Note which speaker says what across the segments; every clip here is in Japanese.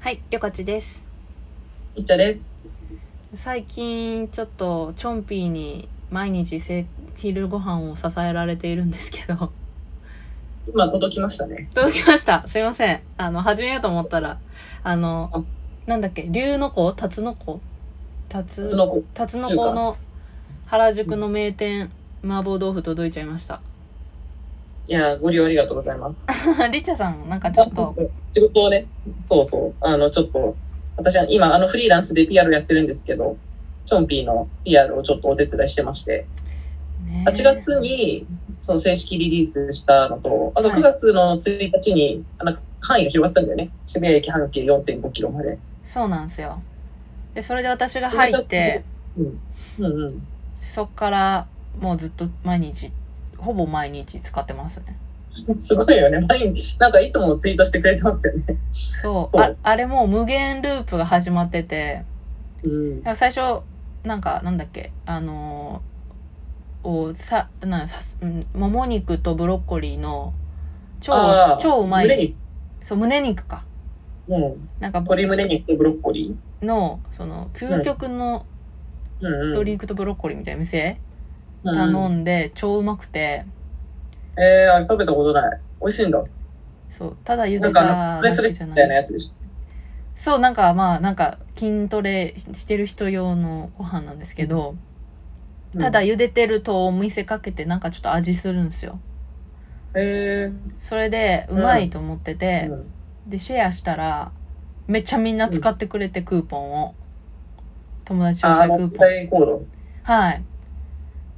Speaker 1: はい、よかちです。
Speaker 2: いっちゃです。
Speaker 1: 最近ちょっとチョンピーに毎日せ昼ご飯を支えられているんですけど、
Speaker 2: 今届きましたね。
Speaker 1: 届きました。すいません。あの、始めようと思ったら、あ
Speaker 2: あ
Speaker 1: の、なんだっけ、龍の子タツノコタツ
Speaker 2: つのこ。
Speaker 1: タツノコの原宿の名店、麻婆豆腐届いちゃいました。
Speaker 2: いやー、ご利用ありがとうございます。
Speaker 1: リッチャさん、なんかちょっと、
Speaker 2: 仕事をね、そうそう、あの、ちょっと、私は今、あの、フリーランスで PR やってるんですけど、チョンピーの PR をちょっとお手伝いしてまして、
Speaker 1: ね
Speaker 2: 8月に、その正式リリースしたのと、あと
Speaker 1: はい
Speaker 2: 9月の1日に、あの、範囲が広がったんだよね。渋谷駅半径4.5キロまで。
Speaker 1: そうなんですよ。で、それで私が入って、
Speaker 2: うん。うんうん。
Speaker 1: そっからもうずっと毎日ほぼ毎日使ってますね
Speaker 2: すごいよね。毎日、なんかいつもツイートしてくれてますよね。
Speaker 1: そう
Speaker 2: そう
Speaker 1: ああれもう無限ループが始まってて
Speaker 2: うん。
Speaker 1: なんか最初なんかなんだっけあのーおさなんさうんもも肉とブロッコリーの超
Speaker 2: あー
Speaker 1: 超うま
Speaker 2: 胸
Speaker 1: い
Speaker 2: に、
Speaker 1: そう胸肉か
Speaker 2: うん。
Speaker 1: なんか
Speaker 2: 鶏胸肉とブロッコリー。
Speaker 1: のその究極のドリンクとブロッコリーみたいな店頼
Speaker 2: ん
Speaker 1: んで超うまくて
Speaker 2: うん、えー、あれ食べたことない。美味しいんだ。
Speaker 1: そうただ茹
Speaker 2: な
Speaker 1: で
Speaker 2: ん
Speaker 1: た
Speaker 2: かあの、
Speaker 1: だ
Speaker 2: プレス
Speaker 1: け
Speaker 2: リ
Speaker 1: じゃ
Speaker 2: ーみ
Speaker 1: な
Speaker 2: たい
Speaker 1: い
Speaker 2: なやつでし
Speaker 1: そう、なんかまあ、なんか筋トレしてる人用のご飯なんですけど、
Speaker 2: ょ。
Speaker 1: ただ
Speaker 2: うん、
Speaker 1: 茹でてるとお店かけてなんかちょっと味するんですよ。
Speaker 2: え
Speaker 1: それで、うまいと思って
Speaker 2: ー
Speaker 1: て
Speaker 2: う、ん
Speaker 1: で、シェアしたら、めっちゃみんな使ってくれてクーポンを。友達紹
Speaker 2: あ、あ
Speaker 1: 介ク
Speaker 2: の、
Speaker 1: ーポン。
Speaker 2: 大コード。
Speaker 1: はい。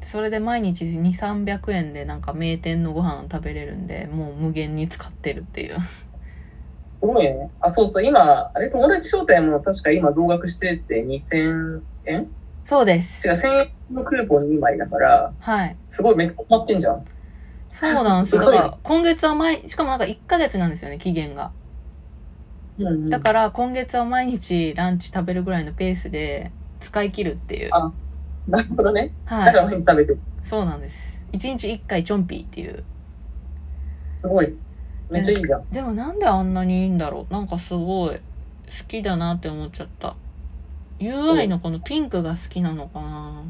Speaker 1: それで毎日2、300円でなんか名店のご飯食べれるんで、もう無限に使ってるっていう。
Speaker 2: すごいね。あ、そうそう、今、あれ、友達招待も確か今増額してて2000円違う、
Speaker 1: そうです。
Speaker 2: 1000円のクーポン2枚だから、
Speaker 1: はい。
Speaker 2: すごいめっちゃ困ってんじゃん。
Speaker 1: そうなんです。
Speaker 2: す
Speaker 1: だ
Speaker 2: ご
Speaker 1: か
Speaker 2: いね
Speaker 1: ら、今月は毎、しかもなんか1ヶ月なんですよね、期限が。
Speaker 2: うんうん、
Speaker 1: だから今月は毎日ランチ食べるぐらいのペースで使い切るっていう。
Speaker 2: あなるほどね。
Speaker 1: は
Speaker 2: だから
Speaker 1: い。
Speaker 2: 毎日食べてる。
Speaker 1: そうなんです。一日一回チョンピーっていう。
Speaker 2: すごい。めっちゃいいじゃん。
Speaker 1: でもなんであんなにいいんだろう。なんかすごい好きだなって思っちゃった。UI のこのピンクが好きなのかな。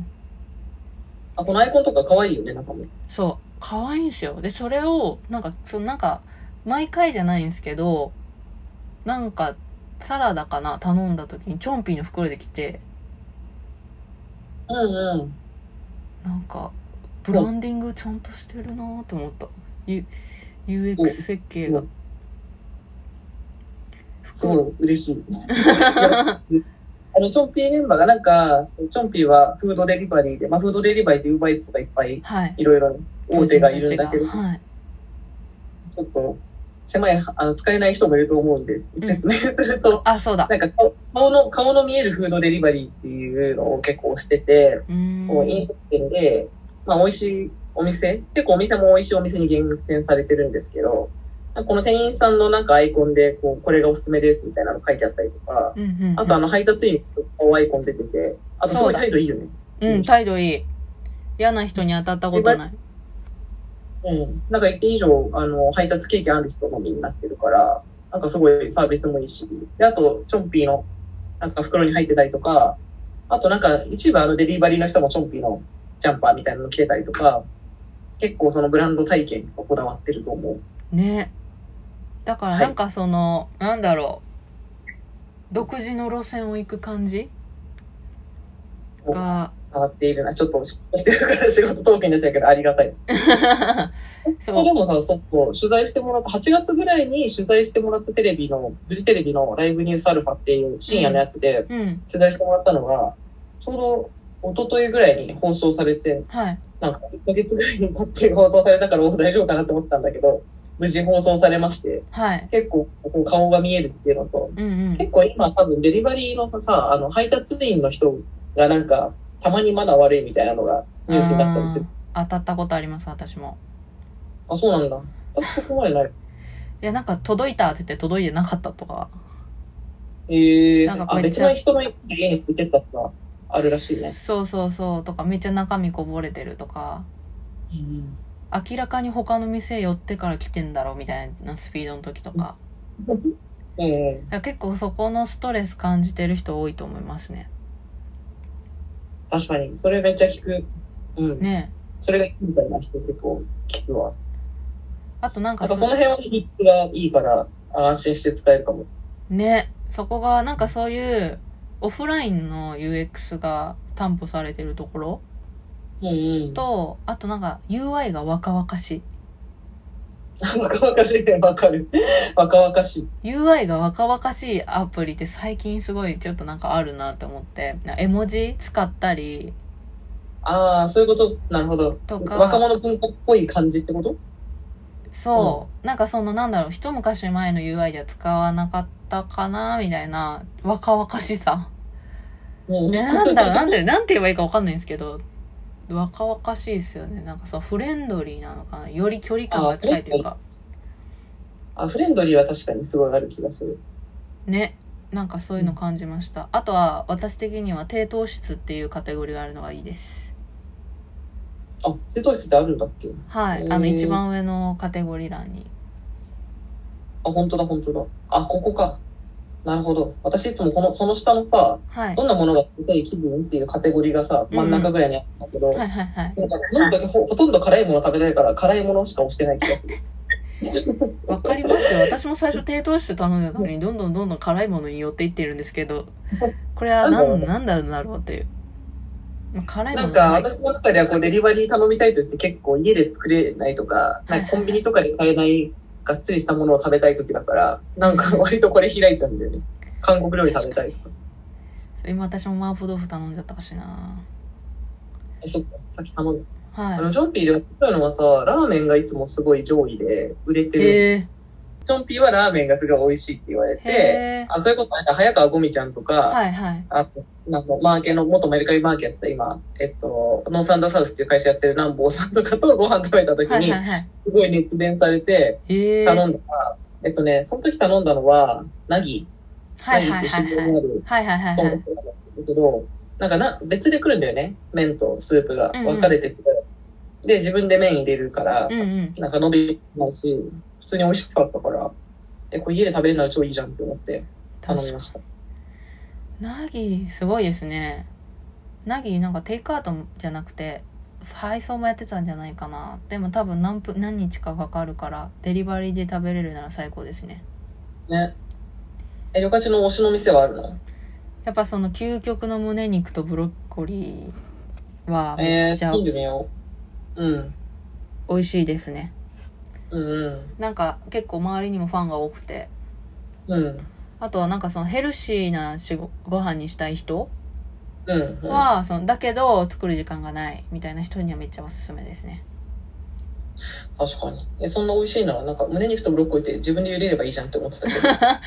Speaker 2: あ、このアイコンとか可愛いよね、なんかも。
Speaker 1: そう。可愛いんですよ。で、それを、なんか、そのなんか、毎回じゃないんですけど、なんか、サラダかな頼んだ時にチョンピーの袋で来て、
Speaker 2: うんうん。
Speaker 1: なんかブランディングちゃんとしてるなーって思った、U、UX 設計が
Speaker 2: すごい嬉しい。あの、チョンピーメンバーがなんか、そうチョンピーはフードデリバリーで、まあフードデリバリーってウーバーイーツとかいっぱい
Speaker 1: はい
Speaker 2: いろいろ大手がいるんだけど、
Speaker 1: 個人たちがはい、
Speaker 2: ちょっと狭い、あの、使えない人もいると思うんで、説明すると、
Speaker 1: あそうだ
Speaker 2: なんか顔顔の、顔の見えるフードデリバリーっていうのを結構してて、
Speaker 1: うーん
Speaker 2: こう飲食店で、まあ美味しいお店、結構お店も美味しいお店に厳選されてるんですけど、なんかこの店員さんのなんかアイコンで、こう、これがおすすめですみたいなの書いてあったりとか、
Speaker 1: うんうんうん
Speaker 2: あとあの配達員の顔アイコン出てて、あとすごい態度いいよね。
Speaker 1: うん態度いい嫌な人に当たったことない
Speaker 2: うん。なんか一定以上、あの、配達経験ある人のみになってるから、なんかすごいサービスもいいし、で、あと、チョンピーの、なんか袋に入ってたりとか、あとなんか一部あのデリバリーの人もチョンピーのジャンパーみたいなの着てたりとか、結構そのブランド体験にこだわってると思う。
Speaker 1: ねだから
Speaker 2: はい
Speaker 1: なんかその、なんだろう独自の路線を行く感じ が
Speaker 2: 伝わっているな。ちょっとししてるから仕事トークになっちゃうけど、ありがたいです。
Speaker 1: そう
Speaker 2: でもさ、そう取材してもらった、8月ぐらいに取材してもらったテレビの、フジテレビのライブニュースアルファっていう深夜のやつで、
Speaker 1: うん
Speaker 2: 取材してもらったのが、ちょうど一昨日ぐらいに放送されて、
Speaker 1: はい
Speaker 2: なんか1ヶ月ぐらいに経って放送されたからお大丈夫かなと思ったんだけど、無事放送されまして、
Speaker 1: はい
Speaker 2: 結構こう顔が見えるっていうのと、
Speaker 1: うんうん
Speaker 2: 結構今多分デリバリーのさ、あの配達員の人がなんか、たまにマナー悪いみたいなのがニュースになったりする。
Speaker 1: あー当たったことあります私も
Speaker 2: あ、そうなんだ。私そこまでない。
Speaker 1: いやなんか届いたって言って届いてなかったとか
Speaker 2: ええ
Speaker 1: なんかこう
Speaker 2: あ、
Speaker 1: 言っ
Speaker 2: 別
Speaker 1: ちゃう
Speaker 2: の人の家に行ってたとか、あるらしいね。
Speaker 1: そうそうそうとかめっちゃ中身こぼれてるとか明らかに他の店寄ってから来てんだろうみたいなスピードの時とか
Speaker 2: うんう
Speaker 1: だ
Speaker 2: ん
Speaker 1: から結構そこのストレス感じてる人多いと思いますね。
Speaker 2: 確かに。それめっちゃ聞く。うん。
Speaker 1: ね
Speaker 2: それがいいみたいな人結構聞くわ。
Speaker 1: あとなんか
Speaker 2: なんかその辺は比率がいいから安心して使えるかも。
Speaker 1: ねそこがなんかそういうオフラインの UX が担保されてるところ
Speaker 2: うんうん。
Speaker 1: とあとなんか UI が若々し
Speaker 2: 若々しいね、わかる。 若々しい。
Speaker 1: い UI が若々しいアプリって最近すごいちょっとなんかあるなって思ってな絵文字使ったり
Speaker 2: ああ、そういうこと、なるほど。
Speaker 1: とか
Speaker 2: 若者文化っぽい感じってこと
Speaker 1: そう、なんかそのなんだろう一昔前の UI じゃ使わなかったかなみたいな若々しさ
Speaker 2: うん。
Speaker 1: ね、なんだろう、なんで、なんて言えばいいかわかんないんですけど、若々しいですよね。なんかそう、フレンドリーなのかな。より距離感が近いというか、
Speaker 2: あ、フレンドリーは確かにすごいある気がする。
Speaker 1: ね。なんかそういうの感じました。あとは、私的には低糖質っていうカテゴリーがあるのがいいです。
Speaker 2: あ、低糖質ってあるんだっけ
Speaker 1: はい。
Speaker 2: へー
Speaker 1: あの、一番上のカテゴリー欄に。
Speaker 2: あ、本当だ、本当だ。あ、ここか。なるほど。私いつもこの、その下のさ、
Speaker 1: はい。
Speaker 2: どんなものが食べたい気分っていうカテゴリーがさ、真ん中ぐらいにあったんだけど、
Speaker 1: はいはいはい。
Speaker 2: なんかなんだけほほとんど辛いもの食べたいから、辛いものしか押してない気がする。
Speaker 1: わかりますよ。私も最初低糖質頼んでたのに、どんどんどんどん辛いものに寄っていってるんですけど、これはなん、なんだろうなろうっていう。まあ辛いも
Speaker 2: な
Speaker 1: の
Speaker 2: んか、
Speaker 1: ない
Speaker 2: 私の中ではこう、デリバリー頼みたいとして結構家で作れないとか、なんかコンビニとかで買えない、がっつりしたものを食べたい時だから、なんか割とこれ開いちゃうんだよね。韓国料理食べたいとか。
Speaker 1: 今私も麻婆豆腐頼んじゃったかしな。
Speaker 2: えそっか、さっき頼んだ。
Speaker 1: はい
Speaker 2: あ。の、ジョンピーでやってたのはさ、ラーメンがいつもすごい上位で売れてるんですよ
Speaker 1: へえ
Speaker 2: チョンピーはラーメンがすごい美味しいって言われて、
Speaker 1: へー
Speaker 2: あ、そういうことなんか早川ゴミちゃんとか、
Speaker 1: はいはい。
Speaker 2: あと、なんかマーケの、元メルカリマーケやってた今、えっと、ノーサンダーサウスっていう会社やってる南坊さんとかとご飯食べた時
Speaker 1: はい
Speaker 2: に
Speaker 1: は、いはい。
Speaker 2: すごい熱弁されて、
Speaker 1: へえ
Speaker 2: 頼んだら、えっとね、その時頼んだのは、ナギ、
Speaker 1: は
Speaker 2: ナ
Speaker 1: い
Speaker 2: ギっ
Speaker 1: はい
Speaker 2: ていう新
Speaker 1: はいはい。
Speaker 2: 聞がある
Speaker 1: はいはいはい
Speaker 2: と
Speaker 1: は
Speaker 2: 思っ
Speaker 1: い。
Speaker 2: てたんだけど、なんかな、別で来るんだよね。麺とスープが
Speaker 1: うんうん
Speaker 2: 分かれてて。で、自分で麺入れるから、
Speaker 1: うんうん。
Speaker 2: なんか伸びないし、普通に美味しかったから、え、これ家で食べれるなら超いいじゃんって思って頼みました。
Speaker 1: ナギ、すごいですね。ナギ、なんかテイクアウトじゃなくて、配送もやってたんじゃないかな。でも多分何分、何日かかかるから、デリバリーで食べれるなら最高ですね。
Speaker 2: ね。え、旅館の推しの店はあるの
Speaker 1: やっぱその究極の胸肉とブロッコリーはめ
Speaker 2: え
Speaker 1: っち
Speaker 2: ー、
Speaker 1: ゃ
Speaker 2: 飲んでみよう。うん。
Speaker 1: 美味しいですね。
Speaker 2: うんうん。
Speaker 1: なんか結構周りにもファンが多くて。
Speaker 2: うん。
Speaker 1: あとはなんかそのヘルシーなしごご飯にしたい人
Speaker 2: うん、うん。
Speaker 1: は、そのだけど作る時間がないみたいな人にはめっちゃおすすめですね
Speaker 2: 確かに。え、そんな美味しいなら、なんか胸肉とブロッコリーって自分で茹でればいいじゃんって思ってた けど。
Speaker 1: あ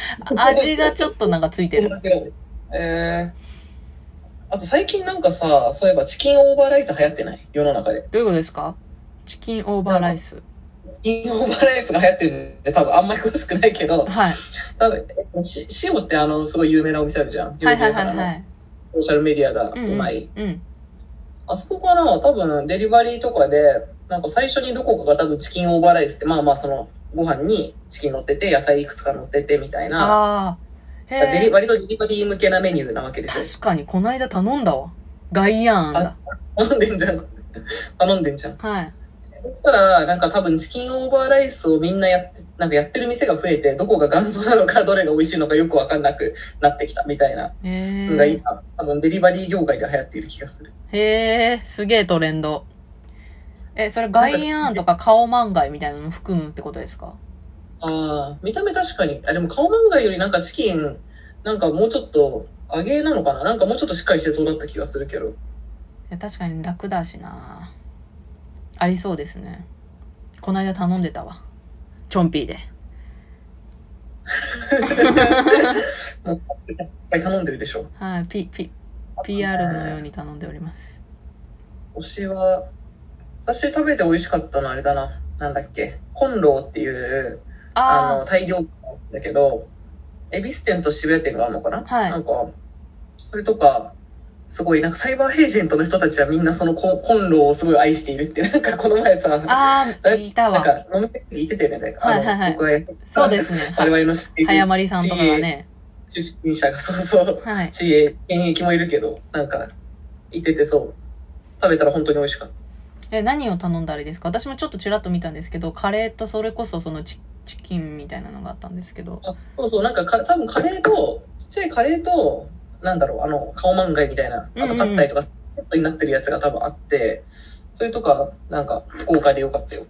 Speaker 1: 味がちょっとなんかついてる
Speaker 2: えー、あと最近なんかさ、そういえばチキンオーバーライス流行ってない世の中で。
Speaker 1: どういうことですかチキンオーバーライス
Speaker 2: チキンオーバーライスが流行ってるんで、多分あんまり詳しくないけど、
Speaker 1: はい
Speaker 2: 多分、し、塩ってあの、すごい有名なお店あるじゃん。
Speaker 1: はいはいはい
Speaker 2: 有名な
Speaker 1: は
Speaker 2: あの
Speaker 1: い
Speaker 2: ソーシャルメディアが
Speaker 1: うん
Speaker 2: うまい。
Speaker 1: うん
Speaker 2: あそこかな多分、デリバリーとかで、なんか最初にどこかが多分チキンオーバーライスって、まあまあその、ご飯にチキン乗ってて、野菜いくつか乗っててみたいな、
Speaker 1: ああ
Speaker 2: デ
Speaker 1: へ
Speaker 2: リ
Speaker 1: え
Speaker 2: 割とデリバリー向けなメニューなわけですよ。
Speaker 1: 確かにこの間頼んだわガイアンだ
Speaker 2: 頼んでんじゃん。頼んでんじゃん。
Speaker 1: はい
Speaker 2: そしたら、なんか多分チキンオーバーライスをみんなやって、なんかやってる店が増えて、どこが元祖なのか、どれが美味しいのかよくわかんなくなってきたみたいな
Speaker 1: へ
Speaker 2: のが
Speaker 1: え
Speaker 2: 今、多分デリバリー業界で流行っている気がする。
Speaker 1: へえすげえトレンドえそれガイアンとか顔マンガイみたいなのも含むってことですか
Speaker 2: ああ、見た目確かに。あ、でも顔漫画よりなんかチキン、なんかもうちょっと、揚げなのかななんかもうちょっとしっかりしてそうだった気がするけ
Speaker 1: い
Speaker 2: ど。
Speaker 1: や確かに楽だしなありそうですねこの間頼んでたわチョンピーで
Speaker 2: いっぱい頼んでるでしょ。
Speaker 1: はいピピ PR のように頼んでおります
Speaker 2: 推しは、私食べて美味しかったのあれだな。なんだっけ。コンローっていう、あ
Speaker 1: あ
Speaker 2: の、タイ料理なんだけど、恵比寿店と渋谷店があるのかな
Speaker 1: はい
Speaker 2: なんか、それとか、すごい、なんかサイバーエージェントの人たちはみんなそのコンコンロをすごい愛しているって、なんかこの前さ、
Speaker 1: ああ聞いた
Speaker 2: なん
Speaker 1: わ
Speaker 2: か飲み会に行ってたよね、
Speaker 1: はいはいはい
Speaker 2: あの僕は
Speaker 1: そうです ね
Speaker 2: 我々の知っている
Speaker 1: 早まりさんとかがね
Speaker 2: 出身者が、そうそう、
Speaker 1: はい
Speaker 2: CA、現役もいるけど、なんか、いててそう。食べたら本当に美味しかった。
Speaker 1: で何を頼んだらいいですか私もちょっとちらっと見たんですけどカレーとそれこそそのチチキンみたいなのがあったんですけど
Speaker 2: あそうそう、なんかか、多分カレーと、ちっちゃいカレーと、なんだろう、あの、顔まんがいみたいな、あ
Speaker 1: うんう
Speaker 2: と
Speaker 1: ん
Speaker 2: パッタイとか、セットになってるやつが多分あって、それとか、なんか、豪華でよかったよ。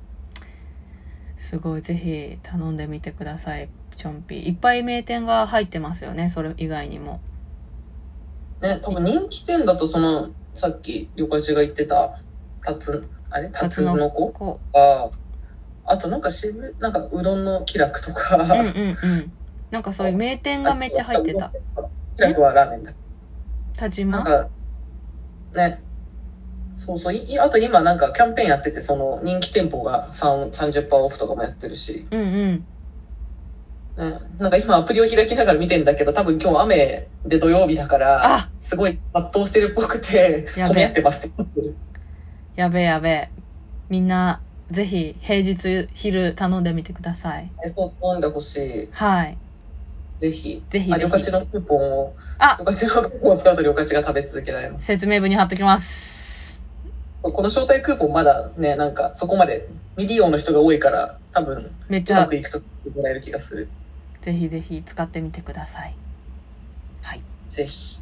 Speaker 1: すごいぜひ頼んでみてくださいチョンピーいっぱい名店が入ってますよねそれ以外にも
Speaker 2: ね、多分人気店だと、その、さっき、横地が言ってた、タツ、あれタ
Speaker 1: タ
Speaker 2: ツ
Speaker 1: ツノ
Speaker 2: ノコ
Speaker 1: こと
Speaker 2: か、あとなんか渋、なんか、うどんの気楽とか、
Speaker 1: ううんうんうんなんかそういう名店がめっちゃ入ってた。
Speaker 2: 気楽はラーメンだ
Speaker 1: 田
Speaker 2: なん
Speaker 1: 島
Speaker 2: か、ね。そうそう。いあと今なんかキャンペーンやってて、その人気店舗が3 30%オフとかもやってるし、
Speaker 1: うんうん
Speaker 2: ね。なんか今アプリを開きながら見てんだけど、多分今日雨で土曜日だから、
Speaker 1: あ
Speaker 2: すごい圧倒してるっぽくて、
Speaker 1: やべえ
Speaker 2: 混み合ってますって言ってる。
Speaker 1: やべえやべえみんなぜひ平日昼頼んでみてください
Speaker 2: えそう、飲んでほしい。
Speaker 1: はい
Speaker 2: ぜひ。
Speaker 1: ぜひ
Speaker 2: あ、
Speaker 1: ぜ
Speaker 2: 旅カ
Speaker 1: ひ
Speaker 2: チのクーポンを、
Speaker 1: あ
Speaker 2: 旅カチのクーポンを使うと旅カチが食べ続けられます。
Speaker 1: 説明文に貼っときます
Speaker 2: この招待クーポンまだね、なんかそこまで未利用の人が多いから、多分う
Speaker 1: めっち
Speaker 2: ま
Speaker 1: ゃ
Speaker 2: くいくともらえる気がする。
Speaker 1: ぜひぜひ使ってみてください
Speaker 2: ぜひ。